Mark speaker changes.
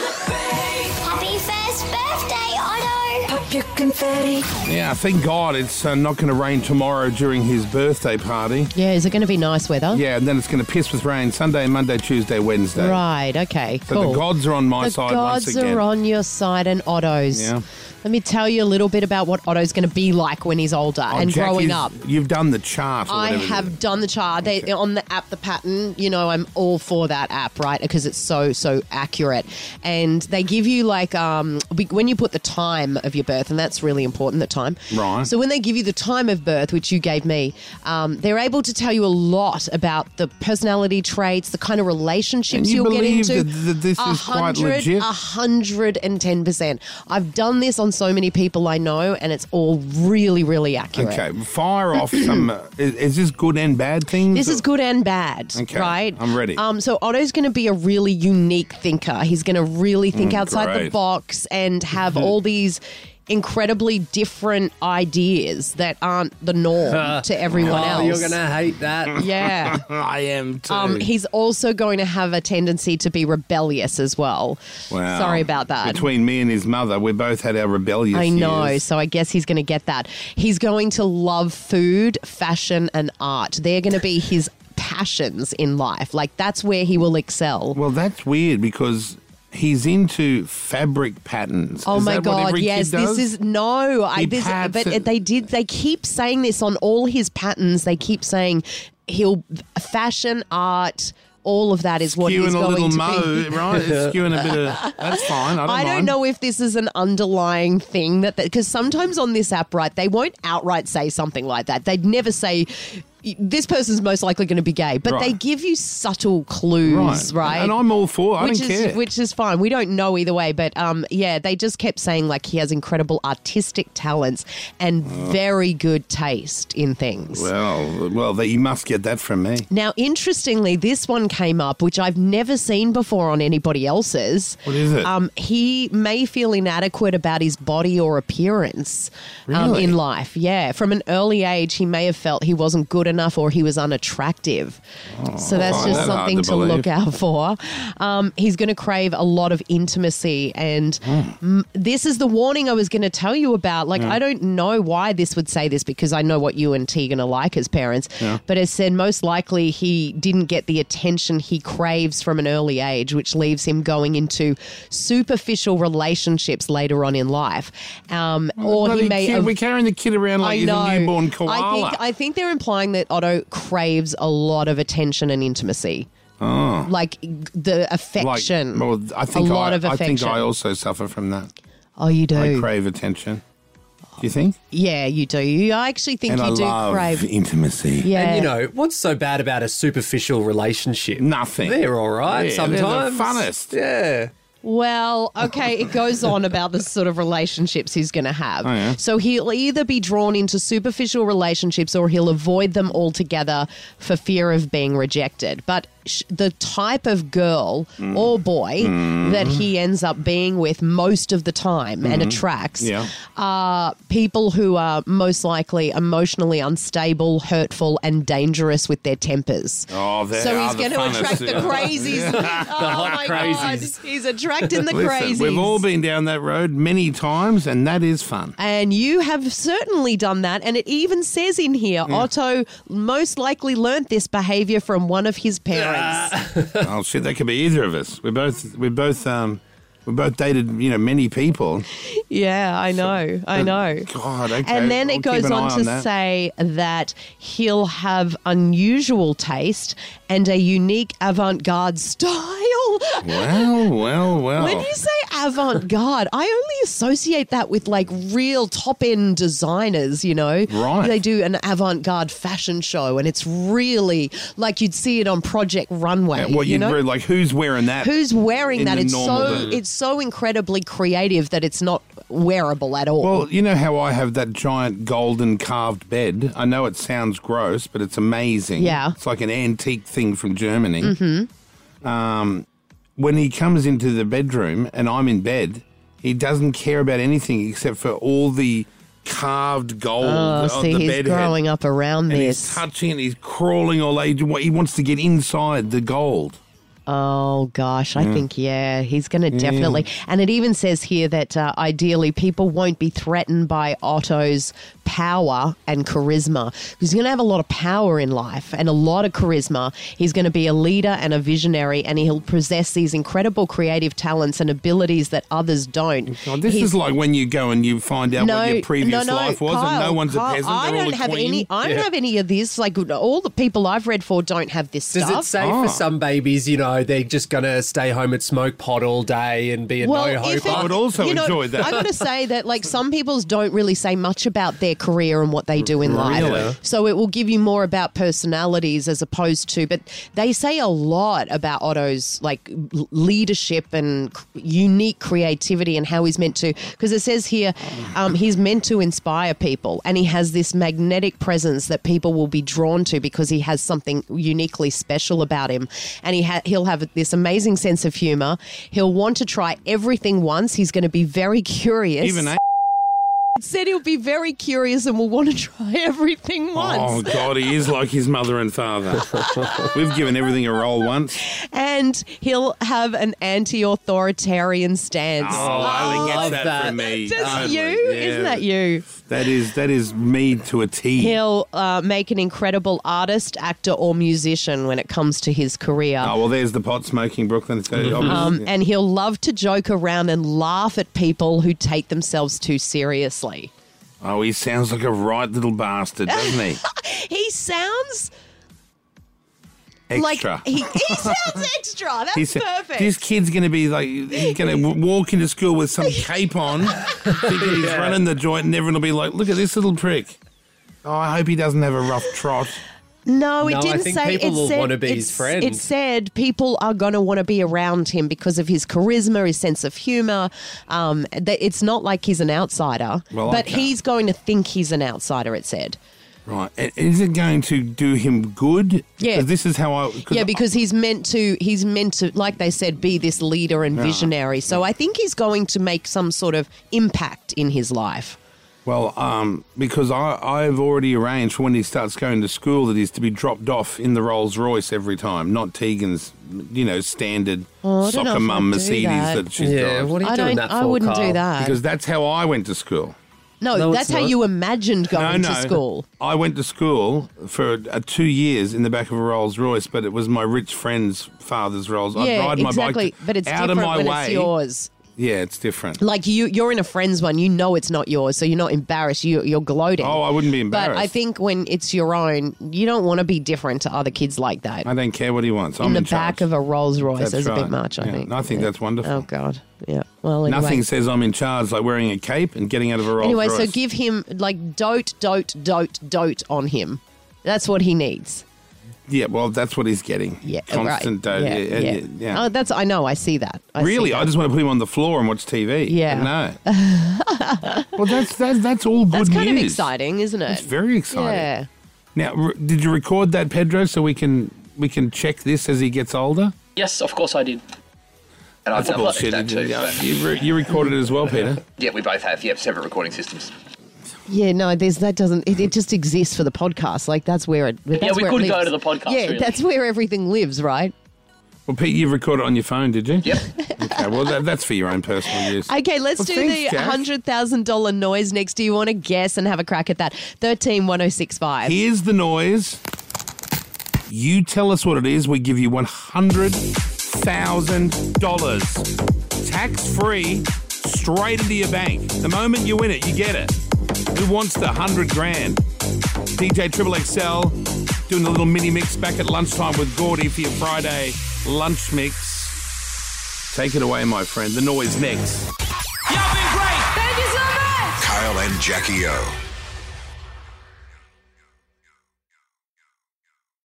Speaker 1: Happy first birthday, Otto! Pop your confetti.
Speaker 2: Yeah, thank God it's uh, not going to rain tomorrow during his birthday party.
Speaker 3: Yeah, is it going to be nice weather?
Speaker 2: Yeah, and then it's going to piss with rain Sunday, Monday, Tuesday, Wednesday.
Speaker 3: Right, okay,
Speaker 2: So
Speaker 3: cool.
Speaker 2: the gods are on my
Speaker 3: The
Speaker 2: side
Speaker 3: gods
Speaker 2: once again.
Speaker 3: are on your side and Otto's.
Speaker 2: Yeah.
Speaker 3: Let me tell you a little bit about what Otto's going to be like when he's older
Speaker 2: Oh,
Speaker 3: and
Speaker 2: Jack,
Speaker 3: growing
Speaker 2: you've-
Speaker 3: up.
Speaker 2: You've done the chart. Or
Speaker 3: I
Speaker 2: whatever it is.
Speaker 3: have done the chart. They
Speaker 2: Okay.
Speaker 3: on the app, the pattern. You know, I'm all for that app, right? Because it's so so accurate, and they give you like um we- when you put the time of your birth, and that's really important. The time,
Speaker 2: Right.
Speaker 3: So when they give you the time of birth, which you gave me, um, they're able to tell you a lot about the personality traits, the kind of
Speaker 2: And
Speaker 3: relationships
Speaker 2: you
Speaker 3: will get
Speaker 2: believe
Speaker 3: into.
Speaker 2: that- that this is quite
Speaker 3: 100,
Speaker 2: legit?
Speaker 3: 110%. I've done this on so many people I know, and it's all really, really accurate.
Speaker 2: Okay, fire off some. uh, Is, is this good and bad things?
Speaker 3: This is good and bad,
Speaker 2: Okay,
Speaker 3: right?
Speaker 2: I'm ready.
Speaker 3: Um, so Otto's going to be a really unique thinker. He's going to
Speaker 4: Mm,
Speaker 3: really think outside the
Speaker 2: great.
Speaker 3: box and have all these incredibly different ideas that aren't the norm to everyone
Speaker 4: Oh,
Speaker 3: else.
Speaker 4: you're gonna hate that.
Speaker 3: yeah.
Speaker 4: I am too.
Speaker 3: Um, he's also going to have a tendency to be rebellious as well.
Speaker 2: Wow.
Speaker 3: Sorry about that.
Speaker 2: Between me and his mother, we both had our rebellious
Speaker 3: I know.
Speaker 2: years.
Speaker 3: So I guess he's going to get that. He's going to love food, fashion, and art. They're going to be his passions in life. Like that's where he will excel.
Speaker 2: Well, that's weird because he's into fabric patterns.
Speaker 3: Oh
Speaker 2: Is
Speaker 3: my
Speaker 2: that what
Speaker 3: god!
Speaker 2: every
Speaker 3: Yes,
Speaker 2: kid does?
Speaker 3: this is no. I,
Speaker 2: He
Speaker 3: this,
Speaker 2: pats
Speaker 3: but
Speaker 2: it.
Speaker 3: they did. They keep saying this on all his patterns. They keep saying he'll fashion art. All of that is what he's
Speaker 2: skewing a
Speaker 3: going
Speaker 2: little
Speaker 3: to
Speaker 2: mo,
Speaker 3: be.
Speaker 2: right? It's skewing a bit of. That's fine. I don't,
Speaker 3: I don't
Speaker 2: mind.
Speaker 3: know if this is an underlying thing that because sometimes on this app, right, they won't outright say something like that. They'd never say this person's most likely going to be gay, but
Speaker 2: Right.
Speaker 3: they give you subtle clues, right?
Speaker 2: And I'm all for. it. I
Speaker 3: which
Speaker 2: don't
Speaker 3: is
Speaker 2: care.
Speaker 3: which is fine. We don't know either way, but um, yeah, they just kept saying like he has incredible artistic talents and
Speaker 2: Uh.
Speaker 3: very good taste in things.
Speaker 2: well, well, that you must get that from me.
Speaker 3: now, interestingly, this one came up, which I've never seen before on anybody else's.
Speaker 2: What is it?
Speaker 3: Um, he may feel inadequate about his body or appearance um,
Speaker 2: Really?
Speaker 3: in life. Yeah, from an early age, he may have felt he wasn't good enough or he was unattractive. so that's
Speaker 2: find
Speaker 3: just
Speaker 2: that Oh, hard
Speaker 3: something
Speaker 2: to
Speaker 3: to, look
Speaker 2: believe.
Speaker 3: out for. Um, he's going to crave a lot of intimacy, and
Speaker 2: Hmm.
Speaker 3: m- this is the warning I was going to tell you about. Like, I don't know why this would say this because I know what you and Tegan are like as parents, but as said, most likely he didn't get the attention he craves from an early age, which leaves him going into superficial relationships later on in life, um, or
Speaker 2: Bloody
Speaker 3: he may.
Speaker 2: kid,
Speaker 3: have-
Speaker 2: we're carrying the kid around like
Speaker 3: I
Speaker 2: he's
Speaker 3: know.
Speaker 2: a newborn koala.
Speaker 3: I think I think they're implying that Otto craves a lot of attention and intimacy. Oh. Like the affection.
Speaker 2: Like, Ah. well, I think
Speaker 3: a lot
Speaker 2: I,
Speaker 3: of
Speaker 2: I
Speaker 3: affection.
Speaker 2: think I also suffer from that.
Speaker 3: oh, you do.
Speaker 2: I crave attention. Do you think?
Speaker 3: yeah, you do. You, I actually think
Speaker 2: and
Speaker 3: you
Speaker 2: I
Speaker 3: do
Speaker 2: love
Speaker 3: crave.
Speaker 2: intimacy.
Speaker 3: Yeah.
Speaker 4: And you know what's so bad about a superficial relationship?
Speaker 2: Nothing.
Speaker 4: They're all right
Speaker 2: Yeah, they're the
Speaker 4: sometimes.
Speaker 2: funnest.
Speaker 4: Yeah.
Speaker 3: Well, okay, it goes on about the sort of relationships he's going to have.
Speaker 2: Oh, yeah.
Speaker 3: So he'll either be drawn into superficial relationships or he'll avoid them altogether for fear of being rejected. But sh- the type of girl
Speaker 2: Mm.
Speaker 3: or boy that he ends up being with most of the time and attracts
Speaker 2: Mm-hmm. Yeah.
Speaker 3: are people who are most likely emotionally unstable, hurtful, and dangerous with their tempers.
Speaker 2: Oh, they
Speaker 3: So
Speaker 2: are
Speaker 3: he's
Speaker 2: the
Speaker 3: going to
Speaker 2: funnest,
Speaker 3: attract the
Speaker 2: yeah.
Speaker 3: crazies. oh my
Speaker 4: crazies.
Speaker 3: god, he's attracting the
Speaker 2: Listen,
Speaker 3: crazies.
Speaker 2: We've all been down that road many times, and that is fun.
Speaker 3: and you have certainly done that. And it even says in here,
Speaker 2: Hmm.
Speaker 3: Otto most likely learnt this behavior from one of his parents.
Speaker 2: oh shit, that could be either of us. We both, we both, um, we both dated, you know, many people.
Speaker 3: yeah, I know. I know.
Speaker 2: God, okay.
Speaker 3: And then
Speaker 2: I'll
Speaker 3: it
Speaker 2: keep
Speaker 3: goes
Speaker 2: an
Speaker 3: on
Speaker 2: eye
Speaker 3: to
Speaker 2: on that.
Speaker 3: say that he'll have unusual taste and a unique avant garde style.
Speaker 2: Well, well, well. Uh,
Speaker 3: When you say avant garde, I only associate that with like real top end designers, you know?
Speaker 2: Right.
Speaker 3: They do an avant garde fashion show and it's really like you'd see it on Project Runway.
Speaker 2: Yeah, what
Speaker 3: you
Speaker 2: you
Speaker 3: know?
Speaker 2: know? like? Who's wearing that?
Speaker 3: Who's wearing
Speaker 2: in
Speaker 3: that?
Speaker 2: the
Speaker 3: It's
Speaker 2: normal
Speaker 3: so
Speaker 2: day?
Speaker 3: it's so incredibly creative that it's not wearable at all.
Speaker 2: Well, you know how I have that giant golden carved bed. I know it sounds gross, but it's amazing.
Speaker 3: Yeah. Mm-hmm.
Speaker 2: it's like an antique thing from Germany. Um, when he comes into the bedroom and I'm in bed, he doesn't care about anything except for all the carved gold
Speaker 3: oh,
Speaker 2: on
Speaker 3: see,
Speaker 2: the
Speaker 3: he's
Speaker 2: bedhead.
Speaker 3: growing up around
Speaker 2: and
Speaker 3: this.
Speaker 2: he's touching it, he's crawling all over. He wants to get inside the gold.
Speaker 3: Oh gosh, I think yeah, he's going to definitely. And it even says here that uh, ideally people won't be threatened by Otto's power and charisma. He's going to have a lot of power in life and a lot of charisma. He's going to be a leader and a visionary, and he'll possess these incredible creative talents and abilities that others don't.
Speaker 2: Oh, this
Speaker 3: He's-
Speaker 2: is like when you go and you find out what your previous life was, and no
Speaker 3: Kyle,
Speaker 2: one's
Speaker 3: Kyle,
Speaker 2: a peasant.
Speaker 3: I
Speaker 2: they're
Speaker 3: don't
Speaker 2: all a
Speaker 3: have
Speaker 2: queen.
Speaker 3: any. I don't
Speaker 4: Yeah.
Speaker 3: have any of this. Like all the people I've read for don't have this
Speaker 4: Does
Speaker 3: stuff. Oh.
Speaker 4: it say
Speaker 2: Ah.
Speaker 4: for some babies, you know, they're just going to stay home and smoke pot all day and be a no
Speaker 3: if it-
Speaker 2: I
Speaker 4: hoper?
Speaker 2: would also
Speaker 3: you know,
Speaker 2: enjoy that.
Speaker 3: I got to say that, like, some people's don't really say much about their career and what they do in
Speaker 2: Really?
Speaker 3: life. So it will give you more about personalities as opposed to, but they say a lot about Otto's, like, l- leadership and c- unique creativity and how he's meant to, because it says here um, he's meant to inspire people and he has this magnetic presence that people will be drawn to because he has something uniquely special about him. And he ha- he'll have this amazing sense of humor. He'll want to try everything once. He's going to be very curious.
Speaker 2: Even a-
Speaker 3: said he'll be very curious and will want to try everything
Speaker 2: Oh
Speaker 3: once.
Speaker 2: God, he is like his mother and father. We've given everything a roll once.
Speaker 3: And he'll have an anti-authoritarian stance.
Speaker 2: Oh, I only
Speaker 4: love
Speaker 2: get that,
Speaker 4: that.
Speaker 2: from me.
Speaker 3: Just
Speaker 2: Only,
Speaker 3: you? Isn't
Speaker 2: yeah.
Speaker 3: that you?
Speaker 2: That is that is me to a T.
Speaker 3: He'll uh, make an incredible artist, actor, or musician when it comes to his career.
Speaker 2: Oh well, there's the pot smoking Brooklyn. So
Speaker 3: Um,
Speaker 2: obviously-
Speaker 3: and he'll love to joke around and laugh at people who take themselves too seriously.
Speaker 2: oh, he sounds like a right little bastard, doesn't he?
Speaker 3: He sounds
Speaker 2: Extra.
Speaker 3: like he, he sounds extra. That's
Speaker 2: He said,
Speaker 3: perfect.
Speaker 2: This kid's going to be like, he's going to walk into school with some cape on, thinking he's
Speaker 4: Yeah.
Speaker 2: running the joint, and everyone will be like, look at this little prick. Oh, I hope he doesn't have a rough trot.
Speaker 3: no, it
Speaker 4: No, I
Speaker 3: didn't
Speaker 4: think
Speaker 3: say.
Speaker 4: people
Speaker 3: it
Speaker 4: will
Speaker 3: said,
Speaker 4: wanna be his
Speaker 3: it's-
Speaker 4: friend.
Speaker 3: It said people are going to want to be around him because of his charisma, his sense of humor. Um, that it's not like he's an outsider,
Speaker 2: Well, I
Speaker 3: but
Speaker 2: can't.
Speaker 3: he's going to think he's an outsider. It said.
Speaker 2: Right. And is it going to do him good?
Speaker 3: Yeah.
Speaker 2: 'Cause This is how I.
Speaker 3: Yeah, because he's meant to he's meant to like they said be this leader and visionary. So I think he's going to make some sort of impact in his life.
Speaker 2: Well, um, because I, I've already arranged for when he starts going to school that he's to be dropped off in the Rolls Royce every time, not Tegan's, you know, standard
Speaker 3: Oh, I don't know
Speaker 2: soccer
Speaker 3: if
Speaker 2: mum
Speaker 3: I'd do
Speaker 2: Mercedes
Speaker 3: that.
Speaker 2: that, she's
Speaker 4: yeah,
Speaker 2: got.
Speaker 4: what are you
Speaker 3: Oh, I
Speaker 4: doing
Speaker 3: don't
Speaker 4: that for,
Speaker 3: I wouldn't
Speaker 4: Carl?
Speaker 3: do that.
Speaker 2: Because that's how I went to school.
Speaker 3: no,
Speaker 4: No,
Speaker 3: that's
Speaker 4: it's
Speaker 3: how
Speaker 4: not.
Speaker 3: you imagined going to school.
Speaker 2: I went to school for uh, two years in the back of a Rolls Royce, but it was my rich friend's father's Rolls. I'd
Speaker 3: yeah,
Speaker 2: ride my
Speaker 3: exactly.
Speaker 2: bike
Speaker 3: but it's
Speaker 2: out
Speaker 3: different
Speaker 2: of my
Speaker 3: when
Speaker 2: way.
Speaker 3: it's yours.
Speaker 2: Yeah, it's different.
Speaker 3: Like you you're in a friend's one, you know it's not yours, so you're not embarrassed, you you're gloating.
Speaker 2: Oh, I wouldn't be embarrassed.
Speaker 3: but I think when it's your own, you don't want to be different to other kids like that.
Speaker 2: I don't care what he wants. I'm
Speaker 3: in
Speaker 2: in
Speaker 3: the
Speaker 2: charge.
Speaker 3: back of a Rolls Royce
Speaker 2: That's
Speaker 3: is a bit
Speaker 2: right.
Speaker 3: much, I
Speaker 2: Yeah,
Speaker 3: think.
Speaker 2: I think that's wonderful.
Speaker 3: Oh God, yeah. Well, anyway.
Speaker 2: Nothing says I'm in charge like wearing a cape and getting out of a Rolls
Speaker 3: Anyway,
Speaker 2: Royce.
Speaker 3: so give him like dote, dote, dote, dote on him. That's what he needs.
Speaker 2: yeah, well, that's what he's getting.
Speaker 3: Yeah,
Speaker 2: constant.
Speaker 3: right.
Speaker 2: uh, yeah, yeah, yeah.
Speaker 3: Oh, that's I know. I see that. I see
Speaker 2: really, I
Speaker 3: that.
Speaker 2: just want to put him on the floor and watch TV.
Speaker 3: Yeah.
Speaker 2: no. well, that's that's that's all good
Speaker 3: That's kind
Speaker 2: news.
Speaker 3: of exciting, isn't it?
Speaker 2: It's very exciting.
Speaker 3: Yeah.
Speaker 2: Now, r did you record that, Pedro, so we can we can check this as he gets older?
Speaker 5: Yes, of course I did. And I've uploaded that too.
Speaker 2: Yeah,
Speaker 5: but-
Speaker 2: You, re- you recorded it as well, Peter.
Speaker 5: yeah, we both have. Yep, separate recording systems.
Speaker 3: Yeah, no, there's that doesn't it, it just exists for the podcast. Like that's where it that's
Speaker 5: we
Speaker 3: where it
Speaker 5: could go
Speaker 3: lives.
Speaker 5: to the podcast,
Speaker 3: Yeah,
Speaker 5: really.
Speaker 3: that's where everything lives, right?
Speaker 2: Well, Pete, you recorded it on your phone, did you?
Speaker 5: Yep.
Speaker 2: Okay. Well, that, that's for your own personal use.
Speaker 3: Okay, let's
Speaker 2: Well,
Speaker 3: do
Speaker 2: thanks,
Speaker 3: the
Speaker 2: Jack.
Speaker 3: hundred thousand dollar noise next. Do you want to guess and have a crack at that? Thirteen one oh six five.
Speaker 2: Here's the noise. You tell us what it is. We give you one hundred thousand dollars, tax free, straight into your bank. The moment you win it, you get it. Who wants the hundred grand? DJ Triple XL doing a little mini mix back at lunchtime with Gordy for your Friday lunch mix. Take it away, my friend. The noise next.
Speaker 6: Kyle and Jackie O.